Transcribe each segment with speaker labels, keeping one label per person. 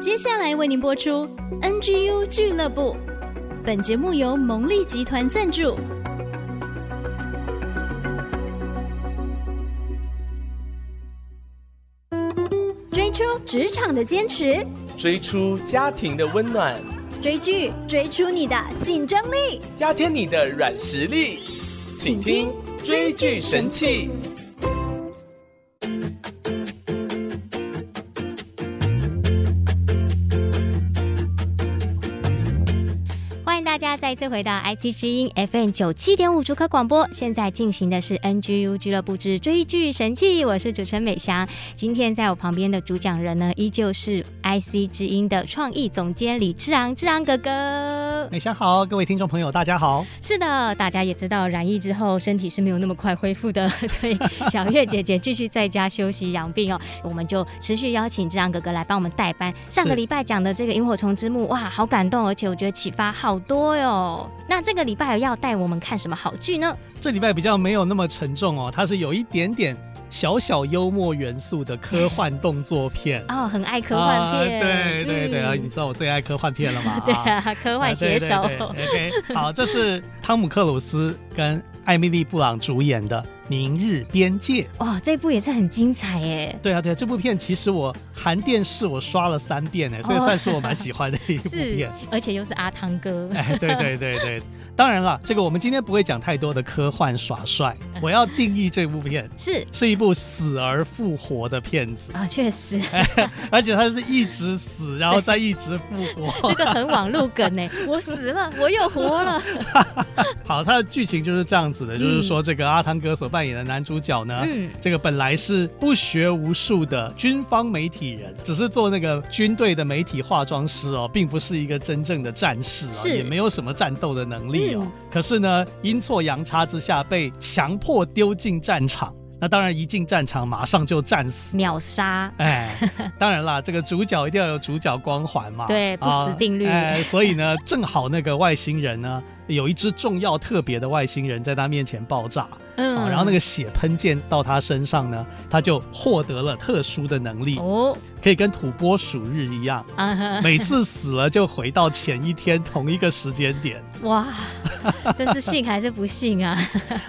Speaker 1: 接下来为您播出 NGU 俱乐部。本节目由蒙利集团赞助。追出职场的坚持，
Speaker 2: 追出家庭的温暖，
Speaker 1: 追剧追出你的竞争力，
Speaker 2: 加添你的软实力。请听《追剧神器》。
Speaker 3: 欢迎大家再次回到 IC 之音 FM 九七点五主客广播，现在进行的是 NGU 俱乐部之追剧神器，我是主持人美翔。今天在我旁边的主讲人呢，依旧是 IC 之音的创意总监李志昂，志昂哥哥。
Speaker 4: 美香好，各位听众朋友，大家好。
Speaker 3: 是的，大家也知道染疫之后身体是没有那么快恢复的， 所以小月姐姐继续在家休息养病哦。我们就持续邀请志昂哥哥来帮我们代班。上个礼拜讲的这个萤火虫之墓，哇，好感动，而且我觉得启发好多哟、那这个礼拜要带我们看什么好剧呢？
Speaker 4: 这礼拜比较没有那么沉重哦，它是有一点点小小幽默元素的科幻动作片。
Speaker 3: 哦，很爱 科幻片，
Speaker 4: 啊对对对、啊，
Speaker 3: 嗯
Speaker 4: 你知道我最爱科幻片了嘛？
Speaker 3: 对啊，科
Speaker 4: 科
Speaker 3: 幻写手，
Speaker 4: OK，好，这是汤姆克鲁斯跟艾米丽布朗主演的《明日边界》。
Speaker 3: 哇，这部也是很精彩耶。
Speaker 4: 对啊，对啊，这部片其实我含电视我刷了三遍呢，所以
Speaker 3: 哦
Speaker 4: 算是我蛮喜欢的一部
Speaker 3: 是
Speaker 4: 片。，
Speaker 3: 而且又是阿汤哥，
Speaker 4: 哎，对对对对，当然了，这个我们今天不会讲太多的科幻耍帅，我要定义这部片。
Speaker 3: 是
Speaker 4: 是一部死而复活的片子，
Speaker 3: 啊，确实，
Speaker 4: 而且它是一直死，然后再一直复活
Speaker 3: 这。个很网路梗欸呢。 我死了，我又活了，
Speaker 4: 好，它的剧情就是这样子的，就是说这个阿汤哥所扮演的男主角呢，
Speaker 3: 嗯
Speaker 4: 这个本来是不学无术的军方媒体人，只是做那个军队的媒体化妆师哦，并不是一个真正的战士哦，
Speaker 3: 是
Speaker 4: 也没有什么战斗的能力哦。
Speaker 3: 嗯
Speaker 4: 可是呢，阴错阳差之下被强迫丢进战场，那当然一进战场马上就战死。
Speaker 3: 秒杀。
Speaker 4: 哎，当然啦，这个主角一定要有主角光环嘛，
Speaker 3: 对不死定律
Speaker 4: 啊哎，所以呢，正好那个外星人呢， 有一只重要特别的外星人在他面前爆炸，
Speaker 3: 嗯
Speaker 4: 啊，然后那个血喷溅到他身上呢，他就获得了特殊的能力，
Speaker 3: 哦，
Speaker 4: 可以跟土拨鼠日一 样，
Speaker 3: 啊哈，
Speaker 4: 每次死了就回到前一天同一个时间点。
Speaker 3: 哇，真是信还是不信啊？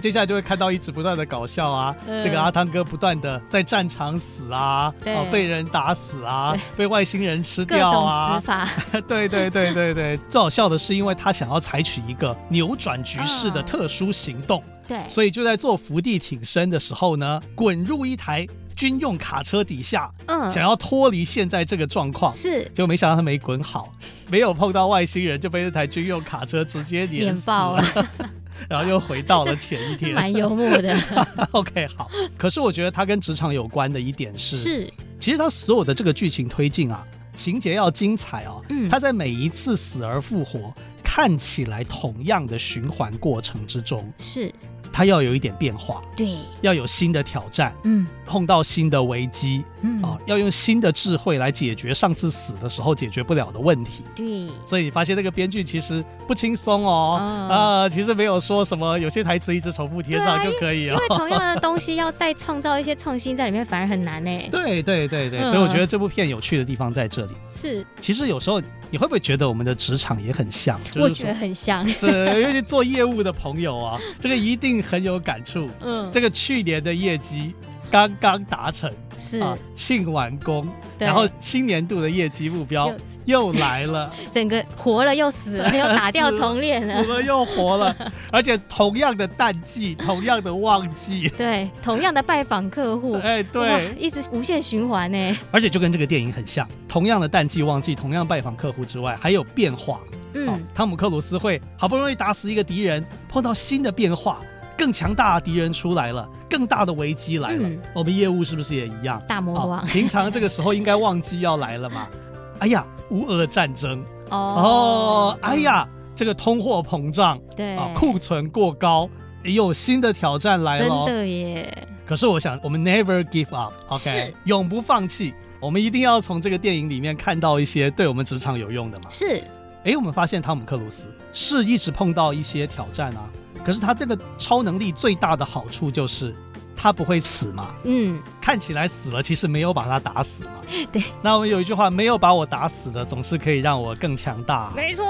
Speaker 4: 接下来就会看到一直不断的搞笑啊，
Speaker 3: 嗯
Speaker 4: 这个阿汤哥不断的在战场死啊，
Speaker 3: 对
Speaker 4: 哦被人打死啊，被外星人吃
Speaker 3: 各
Speaker 4: 掉
Speaker 3: 种
Speaker 4: 啊
Speaker 3: 死，法，
Speaker 4: 对对对对对， 最好笑的是，因为他想要采取一个扭转局势的
Speaker 3: 嗯
Speaker 4: 特殊行动，
Speaker 3: 对，
Speaker 4: 所以就在做伏地挺身的时候呢，滚入一台军用卡车底下，
Speaker 3: 嗯，
Speaker 4: 想要脱离现在这个状况。
Speaker 3: 是
Speaker 4: 结果没想到他没 滚好，没有碰到外星人，就被那台军用卡车直接碾
Speaker 3: 碾
Speaker 4: 死
Speaker 3: 爆了，
Speaker 4: 然后又回到了前一天。
Speaker 3: 蛮幽默的，
Speaker 4: OK，好。可是我觉得它跟职场有关的一点是，
Speaker 3: 是
Speaker 4: 其实它所有的这个剧情推进啊，情节要精彩哦。
Speaker 3: 嗯
Speaker 4: 它在每一次死而复活，看起来同样的循环过程之中，
Speaker 3: 是，
Speaker 4: 它要有一点变化，
Speaker 3: 对，
Speaker 4: 要有新的挑战，
Speaker 3: 嗯
Speaker 4: 碰到新的危机
Speaker 3: 嗯，
Speaker 4: 啊、要用新的智慧来解决上次死的时候解决不了的问题。
Speaker 3: 对，
Speaker 4: 所以你发现那个编剧其实不轻松哦，
Speaker 3: 嗯
Speaker 4: 呃，其实没有说什么有些台词一直重复贴上就可以
Speaker 3: 因
Speaker 4: 哦。
Speaker 3: 为同样的东西要再创造一些创新在里面，反而很难欸呢。
Speaker 4: 对对对对，
Speaker 3: 嗯
Speaker 4: 所以我觉得这部片有趣的地方在这里。
Speaker 3: 是，
Speaker 4: 其实有时候你会不会觉得我们的职场也很像？
Speaker 3: 我
Speaker 4: 就是
Speaker 3: 觉
Speaker 4: 说
Speaker 3: 得，很像，
Speaker 4: 是尤其做业务的朋友啊，这个一定很有感触。
Speaker 3: 嗯，
Speaker 4: 这个去年的业绩刚刚达成
Speaker 3: 是，
Speaker 4: 啊，庆完工，
Speaker 3: 对
Speaker 4: 然后新年度的业绩目标
Speaker 3: 又
Speaker 4: 又来 了，
Speaker 3: 整个活了又死 了，又打掉重练
Speaker 4: 死
Speaker 3: 了。
Speaker 4: 了又活了，而且同样的淡 季，同样的旺季，
Speaker 3: 对，同样的拜访客户，
Speaker 4: 哎，
Speaker 3: 哇
Speaker 4: 对，
Speaker 3: 一直无限循环 呢。
Speaker 4: 而且就跟这个电影很像，同样的淡季旺季，同样拜访客户之外，还有变化。
Speaker 3: 嗯，
Speaker 4: 哦，汤姆克鲁斯会好不容易打死一个敌人，碰到新的变化，更强大的敌人出来了，更大的危机来了。
Speaker 3: 嗯
Speaker 4: 我们业务是不是也一样？
Speaker 3: 大魔王
Speaker 4: 哦平常这个时候应该忘记要来了嘛。 哎呀，乌俄战争
Speaker 3: 哦，
Speaker 4: 哦，哎呀，这个通货膨胀
Speaker 3: 对，
Speaker 4: 啊，库存过高。也有新的挑战来
Speaker 3: 真
Speaker 4: 了哦，
Speaker 3: 的耶，
Speaker 4: 可是我想，我们 never give up，OK，、
Speaker 3: 是
Speaker 4: 永不放弃。我们一定要从这个电影里面看到一些对我们职场有用的嘛。
Speaker 3: 是
Speaker 4: 诶，我们发现汤姆克鲁斯是一直碰到一些挑战啊，可是他这个超能力最大的好处就是，他不会死嘛，
Speaker 3: 嗯，
Speaker 4: 看起来死了，其实没有把他打死嘛。
Speaker 3: 对。
Speaker 4: 那我们有一句话，没有把我打死的，总是可以让我更强大。
Speaker 3: 没错。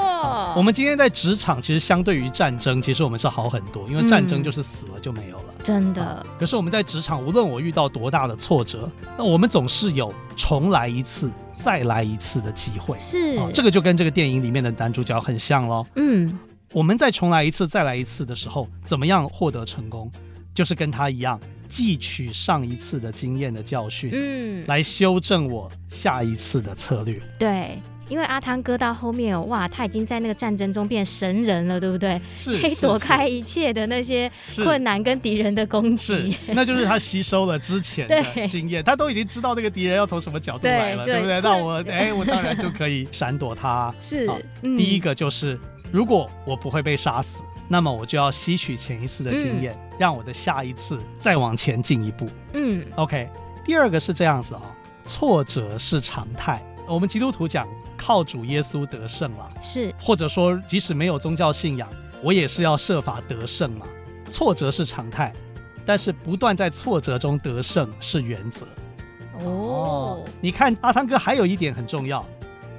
Speaker 4: 我们今天在职场，其实相对于战争，其实我们是好很多，
Speaker 3: 嗯
Speaker 4: 因为战争就是死了就没有了。
Speaker 3: 真的，
Speaker 4: 可是我们在职场，无论我遇到多大的挫折，那我们总是有重来一次、再来一次的机会。
Speaker 3: 是
Speaker 4: 啊这个就跟这个电影里面的男主角很像喽。
Speaker 3: 嗯，
Speaker 4: 我们再重来一次、再来一次的时候，怎么样获得成功？就是跟他一样，汲取上一次的经验的教训，
Speaker 3: 嗯，
Speaker 4: 来修正我下一次的策略。
Speaker 3: 对。因为阿汤哥到后面哦，哇，他已经在那个战争中变神人了，对不对？
Speaker 4: 是
Speaker 3: 可以躲开一切的那些困难跟敌人的攻
Speaker 4: 是
Speaker 3: 击。，
Speaker 4: 那就是他吸收了之前
Speaker 3: 对
Speaker 4: 的经验，他都已经知道那个敌人要从什么角度
Speaker 3: 对
Speaker 4: 来了，
Speaker 3: 对
Speaker 4: 对不对？那我哎，我当然就可以闪躲他。
Speaker 3: 是
Speaker 4: 好，
Speaker 3: 嗯
Speaker 4: 第一个就是，如果我不会被杀死，那么我就要吸取前一次的经验，让我的下一次再往前进一步。
Speaker 3: 嗯，
Speaker 4: OK，第二个是这样子啊、挫折是常态。我们基督徒讲靠主耶稣得胜啦，
Speaker 3: 是，
Speaker 4: 或者说即使没有宗教信仰，我也是要设法得胜嘛。挫折是常态，但是不断在挫折中得胜是原则。
Speaker 3: 哦，
Speaker 4: 你看阿汤哥还有一点很重要，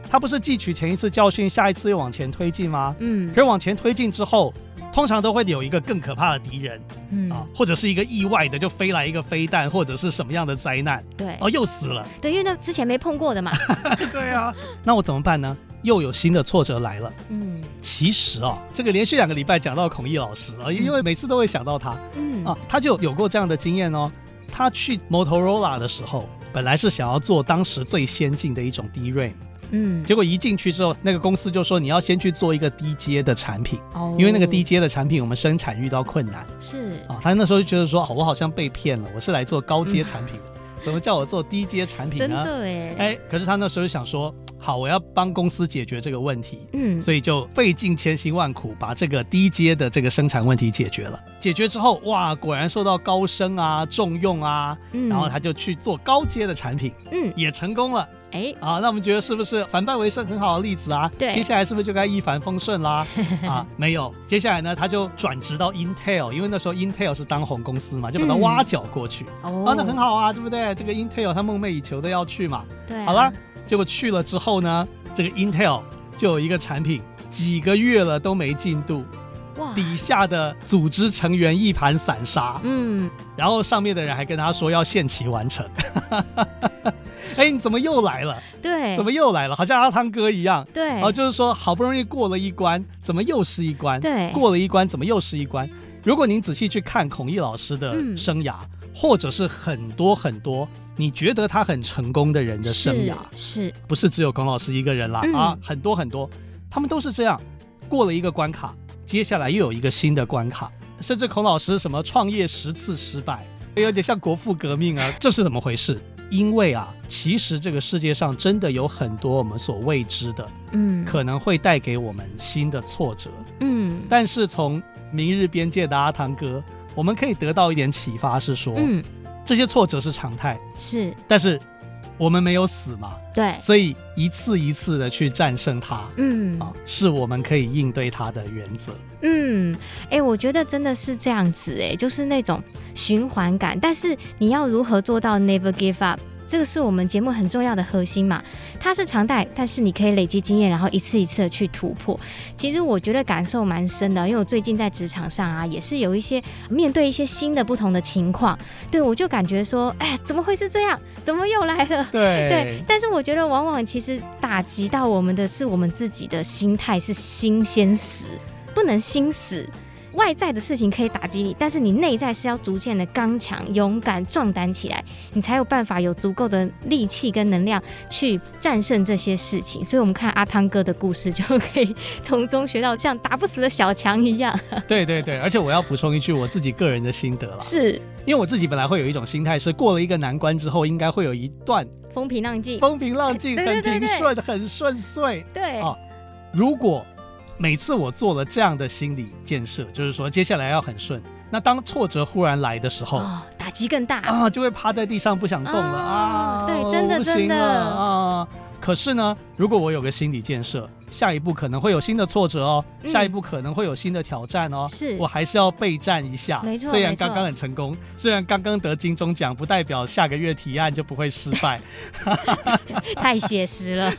Speaker 4: 他不是汲取前一次教训，下一次又往前推进吗？
Speaker 3: 嗯
Speaker 4: 可是往前推进之后，通常都会有一个更可怕的敌人啊
Speaker 3: 嗯，，
Speaker 4: 或者是一个意外的就飞来一个飞弹，或者是什么样的灾难，
Speaker 3: 对，
Speaker 4: 哦，又死了。
Speaker 3: 对，因为那之前没碰过 的嘛，
Speaker 4: 对啊，那我怎么办呢？又有新的挫折来了。
Speaker 3: 嗯
Speaker 4: 其实啊，这个连续两个礼拜讲到孔毅老师啊，因为每次都会想到他
Speaker 3: 嗯
Speaker 4: 啊，他就有过这样的经验哦。他去 Motorola 的时候，本来是想要做当时最先进的一种 DRAM，
Speaker 3: 嗯，
Speaker 4: 结果一进去之后，那个公司就说你要先去做一个低阶的产品，
Speaker 3: 哦
Speaker 4: 因为那个低阶的产品我们生产遇到困难
Speaker 3: 是
Speaker 4: 啊。他那时候就觉得说，哦我好像被骗了，我是来做高阶产品的，怎么叫我做低阶产品
Speaker 3: 嗯真
Speaker 4: 呢？
Speaker 3: 的哎，
Speaker 4: 哎，可是他那时候就想说，好，我要帮公司解决这个问题，
Speaker 3: 嗯，
Speaker 4: 所以就费尽千辛万苦把这个低阶的这个生产问题解决了。解决之后，哇，果然受到高升啊、重用啊，
Speaker 3: 嗯
Speaker 4: 然后他就去做高阶的产品，
Speaker 3: 嗯，
Speaker 4: 也成功了
Speaker 3: 哎，
Speaker 4: 啊。那我们觉得是不是反败为胜很好的例子啊？
Speaker 3: 对
Speaker 4: 接下来是不是就该一帆风顺 啦？啊，没有，接下来呢，他就转职到 Intel，因为那时候 Intel 是当红公司嘛，就把它
Speaker 3: 嗯
Speaker 4: 挖角过去。
Speaker 3: 哦
Speaker 4: 啊，那很，好啊，对不对？这个 Intel 他梦寐以求的要去嘛。
Speaker 3: 对啊，
Speaker 4: 好了，结果去了之后呢，这个 Intel 就有一个产品，几个月了都没进度，
Speaker 3: 啊哇，
Speaker 4: 底下的组织成员一盘散沙，
Speaker 3: 嗯，
Speaker 4: 然后上面的人还跟他说要限期完成。 哎，你怎么又来了？
Speaker 3: 对，
Speaker 4: 怎么又来了？好像阿汤哥一样。
Speaker 3: 对？
Speaker 4: 哦，就是说好不容易过了一关，怎么又是一关？
Speaker 3: 对
Speaker 4: 过了一关，怎么又是一关？如果您仔细去看孔毅老师的
Speaker 3: 嗯
Speaker 4: 生涯，或者是很多很多你觉得他很成功的人的生涯，
Speaker 3: 是是
Speaker 4: 不是只有孔老师一个人啦、
Speaker 3: 嗯
Speaker 4: 啊，很多很多，他们都是这样，过了一个关卡，接下来又有一个新的关卡，甚至孔老师什么创业十次失败，有点像国父革命啊，这是怎么回事？因为啊，其实这个世界上真的有很多我们所未知的，
Speaker 3: 嗯
Speaker 4: 可能会带给我们新的挫折。
Speaker 3: 嗯
Speaker 4: 但是从《明日边界》的阿汤哥，我们可以得到一点启发，是说、
Speaker 3: 嗯
Speaker 4: 这些挫折是常态，
Speaker 3: 是
Speaker 4: 但是我们没有死嘛，
Speaker 3: 对，
Speaker 4: 所以一次一次的去战胜它
Speaker 3: 嗯
Speaker 4: 啊，是我们可以应对它的原则。
Speaker 3: 嗯，哎、我觉得真的是这样子、哎，就是那种循环感。但是你要如何做到 never give up？这个是我们节目很重要的核心嘛，它是常态，但是你可以累积经验，然后一次一次的去突破。其实我觉得感受蛮深的，因为我最近在职场上啊，也是有一些面对一些新的不同的情况，对我就感觉说，哎，怎么会是这样？怎么又来了？
Speaker 4: 对嗯
Speaker 3: 对，但是我觉得往往其实打击到我们的是我们自己的心态，是心先死，不能心死。外在的事情可以打击你，但是你内在是要逐渐的刚强、勇敢、壮胆起来，你才有办法有足够的力气跟能量去战胜这些事情。所以，我们看阿汤哥的故事，就可以从中学到像打不死的小强一样，
Speaker 4: 对对对，而且我要补充一句我自己个人的心得 啦，
Speaker 3: 是
Speaker 4: 因为我自己本来会有一种心态是，过了一个难关之后，应该会有一段
Speaker 3: 风平浪静。
Speaker 4: 风平浪静、
Speaker 3: 对对
Speaker 4: 很
Speaker 3: 对
Speaker 4: 平
Speaker 3: 对
Speaker 4: 顺、很顺遂。
Speaker 3: 对，
Speaker 4: 哦如果每次我做了这样的心理建设，就是说接下来要很顺，那当挫折忽然来的时候。
Speaker 3: 哦，打击更大。
Speaker 4: 啊，就会趴在地上不想动了
Speaker 3: 啊
Speaker 4: 啊！
Speaker 3: 对
Speaker 4: 我
Speaker 3: 真的
Speaker 4: 不
Speaker 3: 真
Speaker 4: 行
Speaker 3: 的
Speaker 4: 了啊！可是呢，如果我有个心理建设，下一步可能会有新的挫折哦，
Speaker 3: 嗯
Speaker 4: 下一步可能会有新的挑战哦，
Speaker 3: 是
Speaker 4: 我还是要备战一下。
Speaker 3: 没错
Speaker 4: 虽然
Speaker 3: 没错
Speaker 4: 刚刚很成功，虽然刚刚得金钟奖，不代表下个月提案就不会失 败。
Speaker 3: 太写实了。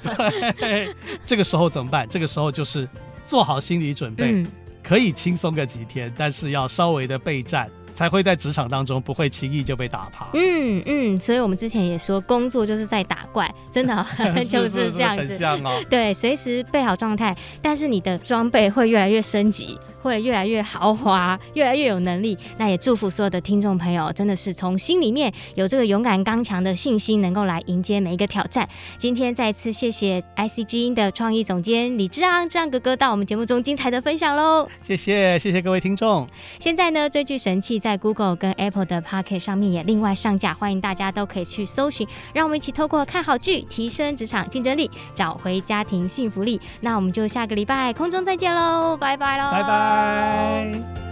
Speaker 4: 这个时候怎么办？这个时候就是做好心理准备，
Speaker 3: 嗯，
Speaker 4: 可以轻松个几天，但是要稍微的备战，才会在职场当中不会轻易就被打趴。
Speaker 3: 嗯嗯，所以我们之前也说，工作就是在打怪，真的、哦、 就是这样
Speaker 4: 很
Speaker 3: 子。
Speaker 4: 像哦。
Speaker 3: 对，随时备好状态，但是你的装备会越来越升级，会越来越豪华，越来越有能力。那也祝福所有的听众朋友，真的是从心里面有这个勇敢刚强的信心，能够来迎接每一个挑战。今天再次谢谢 IC 之音的创意总监李志昂，志昂哥哥到我们节目中精彩的分享喽。
Speaker 4: 谢谢，谢谢各位听众。
Speaker 3: 现在呢，追剧神器在 Google 跟 Apple 的 Pocket 上面也另外上架，欢迎大家都可以去搜寻。让我们一起透过看好剧，提升职场竞争力，找回家庭幸福力。那我们就下个礼拜空中再见喽，拜拜喽，
Speaker 4: 拜拜。